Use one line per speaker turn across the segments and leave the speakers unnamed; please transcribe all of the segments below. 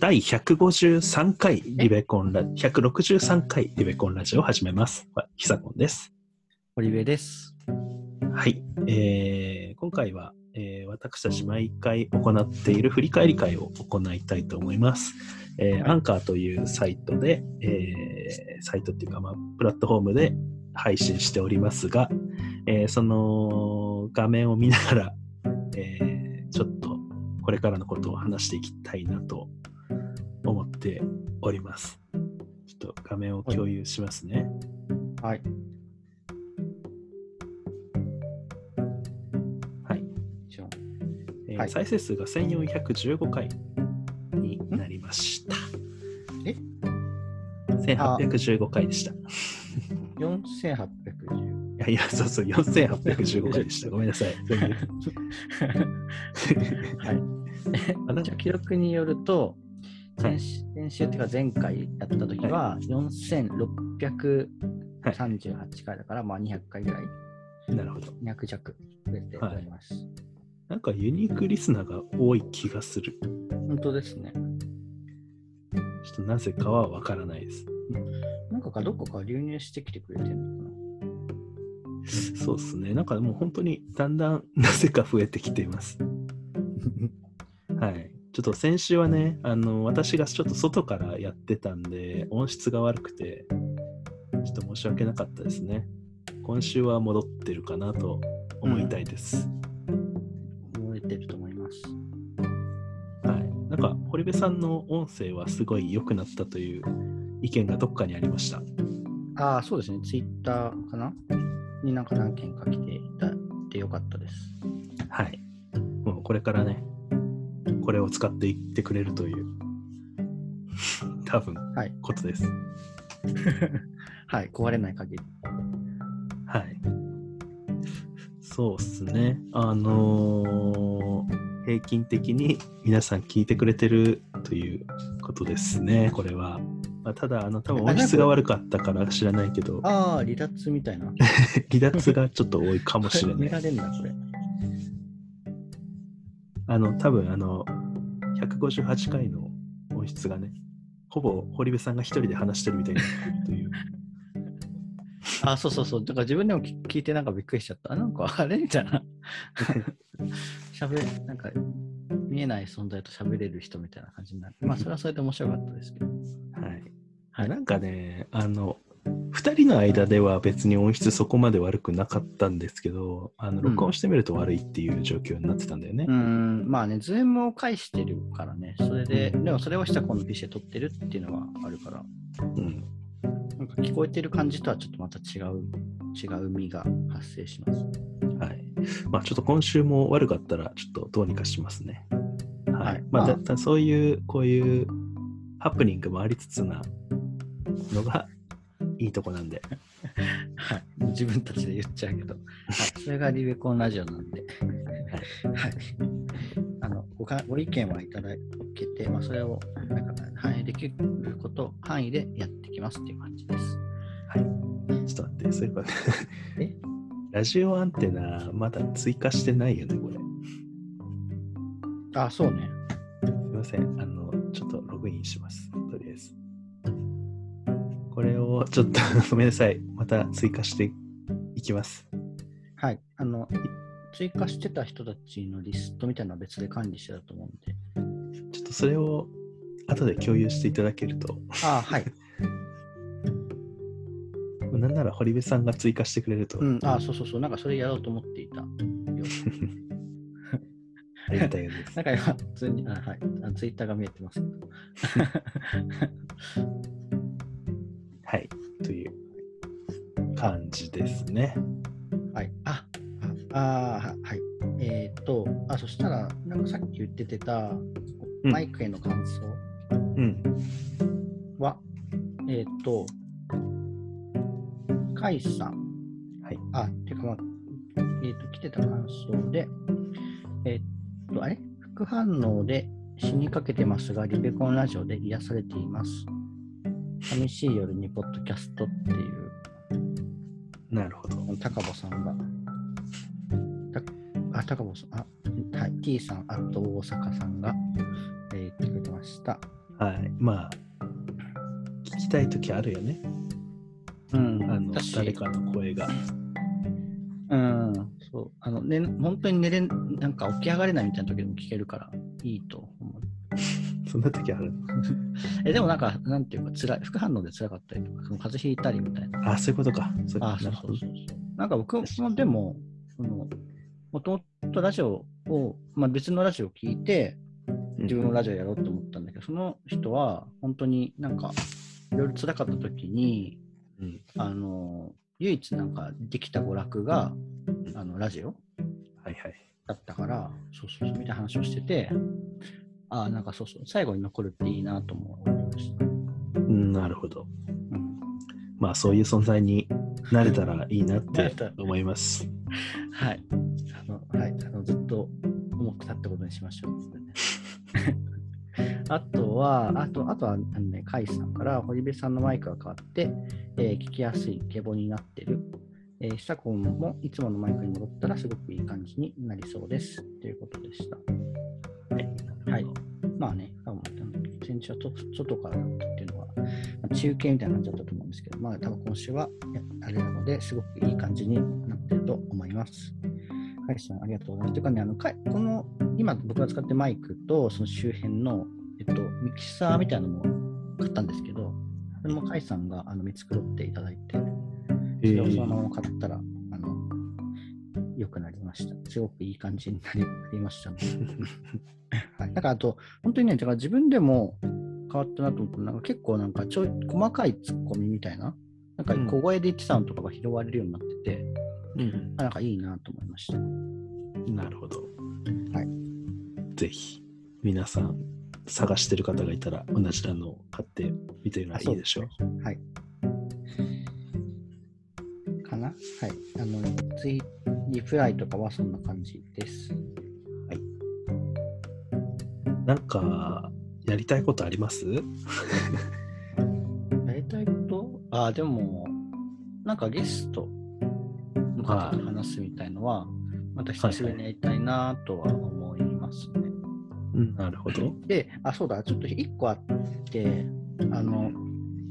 第153回リベコンラジオ、163回リベコンラジオを始めます。はひさこんです。
堀部です。
はい、えー今回は、えー私たち毎回行っている振り返り会を行いたいと思います。えーアンカーというサイトで、えーサイトっていうか、まあ、プラットフォームで配信しておりますが、えーその画面を見ながら、えーちょっとこれからのことを話していきたいなと思っております。ちょっと画面を共有しますね。
はい。
はい。
じゃ
えー
はい
再生数が1415回になりました。
え
?1815 回でした。い
あ、4810。
やいや、そうそう、4815回でした。ごめんなさい。全部あなん
じ
か
ゃあ記録によると、
はい
先週先週っていうか前回やった時は4638回だから、まあ200回ぐらい、
なるほど。
200弱増えております。
なんかユニークリスナーが多い気がする。ちょ
本当ですね。
っとなぜかはわからないです。
なんかかどこか流入してきてくれてるのか
そうですね。なんかもう本当にだんだんなぜか増えてきています。はい。ちょっと先週はね、あの、私がちょっと外からやってたんで、音質が悪くて、ちょっと申し訳なかったですね。今週は戻ってるかなと思いたいです。
な覚えてると思います。
はい。なんか、堀部さんの音声はすごい良くなったという意見がどっかにありました。
ああ、そうですね。ツイッターかなになんか何件か来ていただいてよかったです。
はい。もうこれからね、これを使っていってくれると いう、多分、
はい
ことです。
はい、壊れない限り。
はい。そうっすね。あのー平均的に皆さん聞いてくれてるということですね、これは。まあ、ただ、あの、多分音質が悪かったから知らないけど、
ああ、離脱みたいな。
離脱がちょっと多いかもしれ
見
な
ら
い。
れんだ、これ。
あの、多分、あの、158回の音質がね、ほぼ堀部さんが一人で話してるみたいになってるという。
あ、そうそうそう。だから自分でも聞聞いてなんかびっくりしちゃった。あなんかあれみたいな。 喋なんか見えない存在と喋れる人みたいな感じになる。まあ、それはそれで面白かったですけど。
はい。
はい
なんかね、あの、2人の間では別に音質そこまで悪くなかったんですけど、あの
ん
録音してみると悪いっていう状況になってたんだよね。
うーん、まあね、ズームを介してるからね。それで、でもそれをしたこの PC で撮ってるっていうのはあるから、
うん
なんか聞こえてる感じとはちょっとまた違う、違う身が発生します。
はい。まあちょっと今週も悪かったら、ちょっとどうにかしますね。はい。
はい
まあ、
ま
だ
あ
だそういう、こういうハプニングもありつつなのがいいとこなんで。
はい、自分たちで言っちゃうけど、はい、それがリベコンラジオなんで、はい、あのごかご意見はいただけて、まあ、それをなんか反映できること範囲でやってきますっていう感じです。
ちょっと待って、そういえば
え
ラジオアンテナ、まだ追加してないよね、これ。
あ、そうね。
すみません。あの、ちょっとログインします。とりあえず。これをちょっと ごめんなさい。また追加していきます。
はい、あのい追加してた人たちのリストみたいなのは別で管理してたと思うんで、
ちょっとそれを後で共有していただけると、
あはい、
なんなら堀部さんが追加してくれると
うん、あそうそうそう、なんかそれやろうと思っていたよ。
ありがたいようです。
なんか今、普通に、あはい、あツイッターが見えてますけど。
はい。という感じですね。
はい。あ、あ、あーはい。えっ、と、あ、そしたら、なんかさっき言っててた、
ん
マイクへの感想
うん。
は、えっ、と、カイさん。
はい。
あ、てか、まあ、えっ、と、来てた感想で、えっ、と、あれ副反応で死にかけてますが、リベコンラジオで癒されています。寂しい夜にポッドキャストっていう
なるほど。
高保さんが、たあ、高保さん、あ、はい、T さん、あと大阪さんが、えー、言ってくれてました。
はい。まあ、聞きたいときあるよね。
うん
あの
だし
誰かの声が。
うん、そう。あの、ね、本当に寝れん、なんか起き上がれないみたいな時でも聞けるから、いいと思う。
そんなときある。
え、でもなんか、なんていうか、辛い、副反応で辛かったりとか、その風邪ひいたりみたいな。
あ、そういうことか。そういうこと
あ、そ
な
う
る
そ
ほ
う
ど
そうそう。なんか僕もでも、その、もともとラジオを、まあ別のラジオを聞いて、自分のラジオやろうと思ったんだけど、その人は、本当になんか、いろいろ辛かった時に、
うん
あの、唯一なんかできた娯楽が、あの、ラジオ
はいはい。
だったから、そうそうそう、みたいな話をしてて、ああ、なんかそうそう、最後に残るっていいなとも思いました。
うんなるほど。
うん、
まあ、そういう存在になれたらいいなっ
なれ
て
たら
思います。
はい。あの、はい、あのずっと重くなったことにしましょう。 あとは、あと、あとは、あのね、カイさんから、堀部さんのマイクが変わって、えー聞きやすいゲボになってる。えー、久子もいつものマイクに戻ったら、すごくいい感じになりそうです。ということでした。はい。まあね、多分先週はと外からだったっていうのは、まあ中継みたいな感じだったと思うんですけど、まあ、多分今週はやあれなので、すごくいい感じになってると思います。カイさん、ありがとうございます。というかね、あのかいこの今僕が使ってるマイクと、その周辺の、えっと、ミキサーみたいなのも買ったんですけど、それもカイさんがあの見繕っていただいて、
え
それをそ
ー
のまま買ったら、あの、良くなりました。すごくいい感じになりなり ましたね、はい。だからあと、本当にね、だから自分でも変わったなと思ったのなんか結構なんかちょい細かいツッコミみたいな、なんか
うん
小声で言ってたのとかが拾われるようになってて、
うん
あなんかいいなと思いました。
なるほど。
はい。
ぜひ、皆さん、探してる方がいたら、同じなのを買ってみてはいいでしょう。
はい。かなはい。あの、ツイリプライとかはそんな感じです。
なんか、やりたいことあります
やりたいことああ、でも、なんかゲストの方と話すみたいのは、また久しぶりにやりたいなとは思いますね。
なるほど。
で、あ、そうだ、ちょっと1個あって、あの、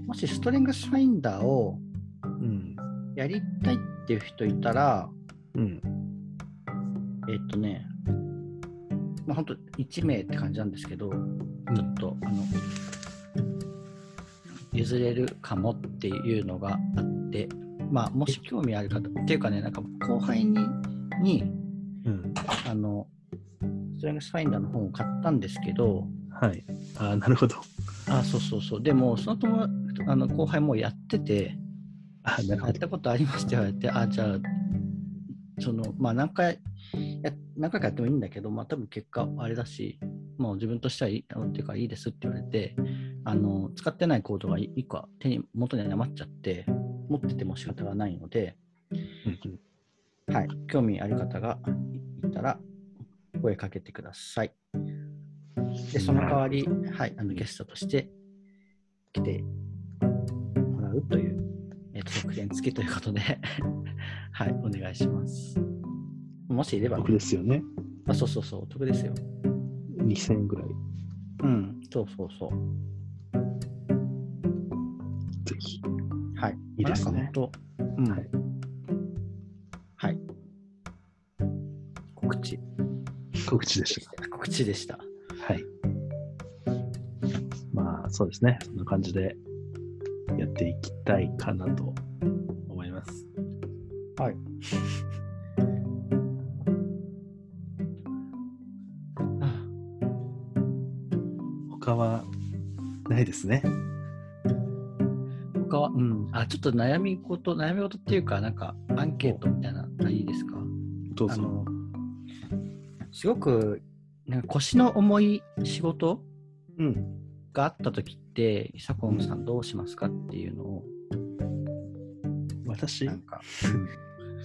もしストレングスファインダーを
うん。
やりたいっていう人いたら、
うん。
えっとね、まあ、ほんと1名って感じなんですけど、
うん
ちょっと、あの、譲れるかもっていうのがあって、まあ、もし興味ある方、っていうかね、なんか後輩に、に
うん。
あの、ストレングスファインダーの本を買ったんですけど、
はい。あーなるほど。
あ、そうそうそう、でも、その友あの後輩もやってて、
あーなる
や
ほ
っ
ど。
たことありますって言われて、あ、じゃあ、その、まあ何回、や何回かやってもいいんだけど、まあ多分結果あれだし、もう自分としてはいい、あのっていうかいいですって言われて、あの、使ってないコードが1個は手に、元に余っちゃって、持ってても仕方がないので、
うん
はい、興味ある方がいいたら、声かけてください。で、その代わり、はい、あのゲストとして来てもらうという、えっと特典付きということで、 はい、お願いします。もしいれば、
僕ですよね。
あ、そうそうそう、お得ですよ。
2000円ぐらい。
うん、そうそうそう。
ぜひ。
はい、
いいですね
なんか本当、うん、
は
はいい。告知
告知でした。
告知でした。
はい。まあ、そうですね。そんな感じでやっていきたいかなと思います。
はい。
他はないですね。
他は、うん、あ、ちょっと悩み事、悩み事っていうか、なんかアンケートみたいな、あいいですか
どう
あ
ぞ。
の、すごく、なんか腰の重い仕事
うん。
があった時って、久子さんどうしますかっていうのを、
私
なんか、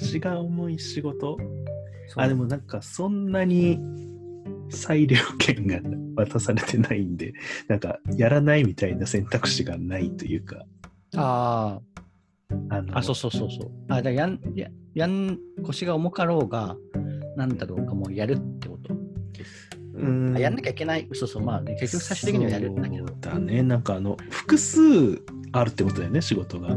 血が重い仕事
そう
あ、でもなんかそんなに裁量権が渡されてないんで、なんかやらないみたいな選択肢がないというか、
あ
あ
ー
の
あ、そうそうそうそう。あ、だからやん、ややん、腰が重かろうが、なんだろうか、もうやるってこと。
うん
あやんなきゃいけない、そうそう、まあ、結局最終的にはやるんだけど
そ。うだね。なんかあの、複数あるってことだよね、仕事が。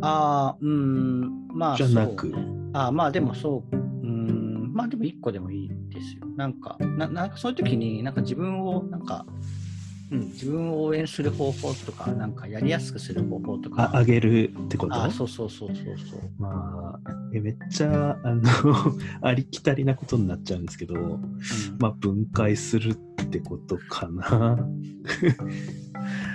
ああ、うーん、まあ、
じゃなく
そう。ああ、まあでもそう、うーん、まあでも一個でもいいですよ。なんか、ななんかそういう時に、なんか自分を、なんか、うん、自分を応援する方法とか、なんかやりやすくする方法とか
あ、あげるってこと
あそうそうそうそうそう。
まあ、えめっちゃあの ありきたりなことになっちゃうんですけど、
うん
まあ、分解するってことかな。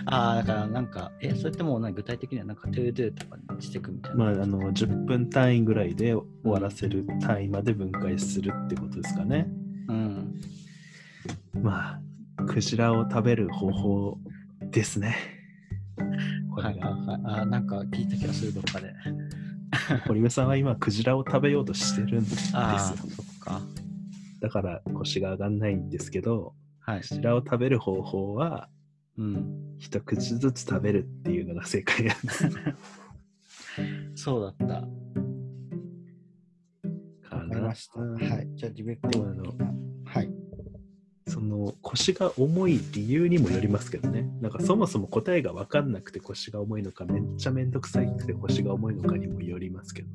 ああ、だからなんか、え、それってもうなんか具体的にはなんか to do とかにしていくみたいな。
まあ、あの10分単位ぐらいで終わらせる単位まで分解するってことですかね。
うん。
まあ、クジラを食べる方法です ね。こ
は
れ
い
が、
はいはい。ああ、なんか聞いた気がするどっかで。
堀部さんは今、クジラを食べようとしてるんですよ。
ああ、そっか。
だから腰が上がんないんですけど、
はい
ク。ジラを食べる方法は、
うん。
一口ずつ食べるっていうのが正解なんです。
そうだった。
か
わかり
な
ました。はい。じゃあ、リベコ
でもあの
はい。
その腰が重い理由にもよりますけどねなんかそもそも答えが分かんなくて腰が重いのかめっちゃめんどくさいくて腰が重いのかにもよりますけど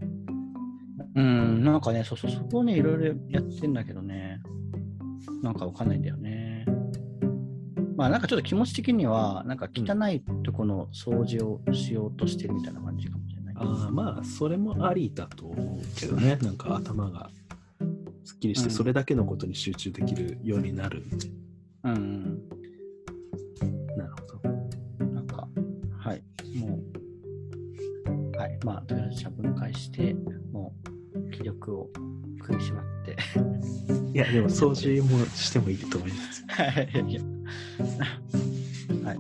うん、なんかね、そうそう、そこをね、いろいろやってんだけどね、なんかわかんないんだよね。まあ、なんかちょっと気持ち的には、なんか汚いとこの掃除をしようとしてるみたいな感じかもしれない。
ああまあそれもありだと思うけどねなんか頭がすっきりして
うん
それだけのことに集中できるようになる、
うん、
なるほど
なんか、はい、もう、はい、まあ、とりあえずじゃあ分解して、もう、気力を食いしまって。
いやでも掃除もしてもいいと思います
はい。はい。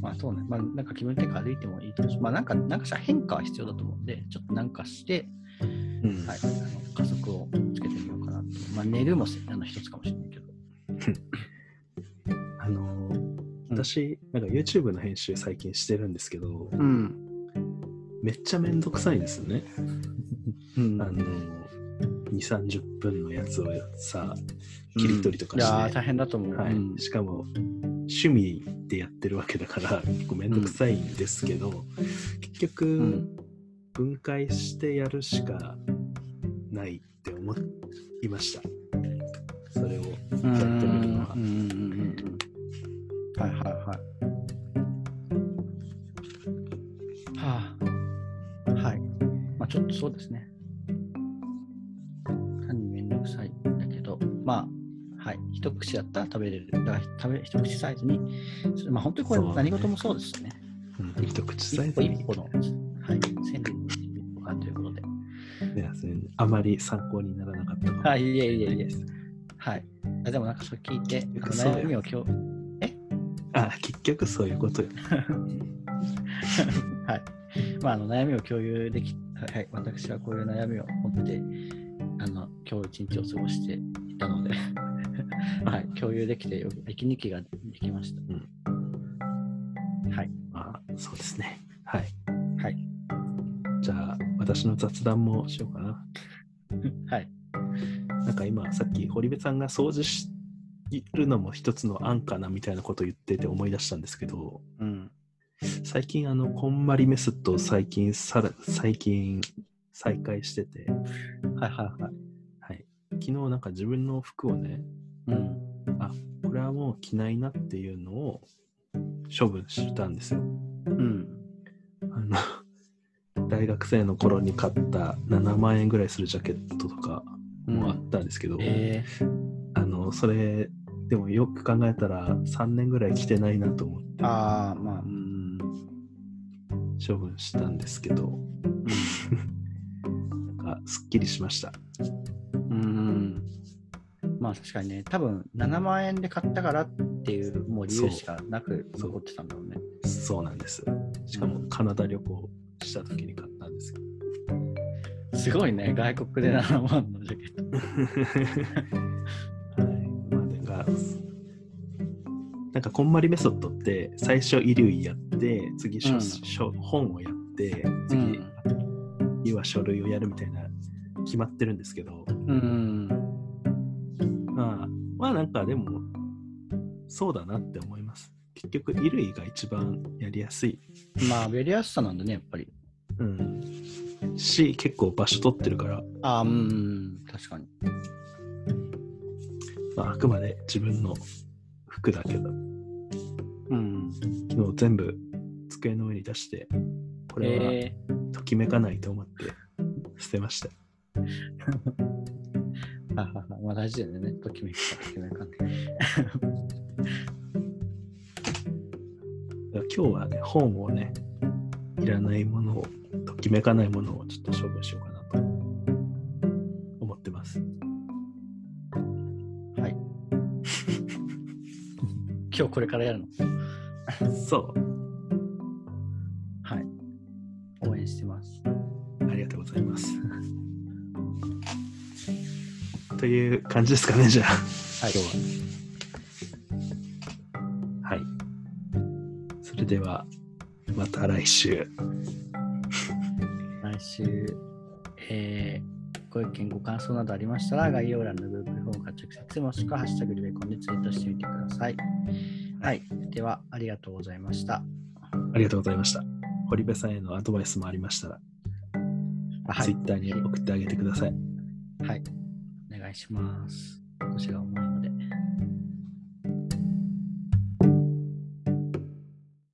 まあそうね。まあなんか気分転換歩いてもいいと思うしまあなんか、なんかさ、変化は必要だと思うんで、ちょっとなんかして、
うん
はい、あの加速をつけてみようかなと。まあ寝るもせあの一つかもしれないけど。
あのー私なんか YouTube の編集最近してるんですけど
うん。
めっちゃめんどくさいんですよね
うん
あの、2、30分のやつをさ、切り取りとか
いやー
して、
大変だと思う。
はい
うん
しかも、趣味でやってるわけだから、結構めんどくさいんですけど、結局、
うん
分解してやるしかないって思いました。それを
うん
やってみるのは
うんうんうんうんはいはいはい。はあ。はい。まあちょっとそうですね。単にめんどくさいんだけど、まあ、はい。一口だったら食べれる。だから食べ一口サイズに、それまあ本当にこれ
そうね
何事もそうですよね。
うん一口サイ
一
ズ
歩
に
一歩の、はい。千里の道に一歩かということで。
ねそれあまり参考にならなかったかも
はい、いえいえいえ。はい。あでもなんかそれ聞いて、あの
そうよ
悩みを今日、
あ、結局そういうことよ。
はい。まあ、あの悩みを共有でき、はい、私はこういう悩みを持って、あの、今日一日を過ごしていたので、 はい、共有できてよ、息抜きができました。 はい。
まあ、そうですね。はい。
はい。
じゃあ、私の雑談もしようかな。
はい。
なんか今、さっき堀部さんが掃除しるのも一つの案かなみたいなことを言ってて思い出したんですけど、
うん。
最近、あの、こんまりメソッドを最近、さら最近、再開してて、
はいはいはい。
はい。昨日、なんか自分の服をね、
うん。
これはもう着ないなっていうのを処分したんですよ。
うん。
あの、大学生の 頃に買った7万円ぐらいするジャケットとかもあったんですけど、
え
あのそれでもよく考えたら3年ぐらい着てないなと思って
ー、ああ、まあ、うん。
処分したんですけど なんかすっきりしました
うん。まあ確かにね、多分7万円で買ったからっていうもう理由しかなく
そう
残ってたんだろうね。
そうなんですしかもカナダ旅行した時に買ったんですけど
すごいね、外国で7万のジャケット。
はいまあなんかなんかこんまりメソッドって最初衣類やって次書、
うん
書本をやって次、
うん
要は書類をやるみたいな決まってるんですけど、
うん。
まあ、まあなんかでも、そうだなって思います。結局、衣類が一番やりやすい。
まあ、やりやすさなんだね、やっぱり。
うん。し、結構場所取ってるから、
ああ、うんうん、確かに。
まあ、あくまで自分の服だけど、
うん。
もう全部机の上に出して、これは
え
ときめかないと思って捨てました。
ー、はは はまあ大事だよね。ときめくか、ときめかんね。
だから今日はね、本をね、いらないものを、ときめかないものをちょっと処分しようかなと思ってます。
はい。 今日これからやるの
そ
はい。応援してます。
う、ありがとうございます。 という感じですかね、じゃあ。
はい。
今はい。それでは、また来週。
来週、えー、ご意見、ご感想などありましたら、概要欄の Google フォームから直接、もしくはハッシュタグリベコンでツイートしてみてください。はい。では、ありがとうございました。
ありがとうございました。堀部さんへのアドバイスもありましたら、
あはい。
Twitter に送ってあげてください。
はい。お願いします。こちら思い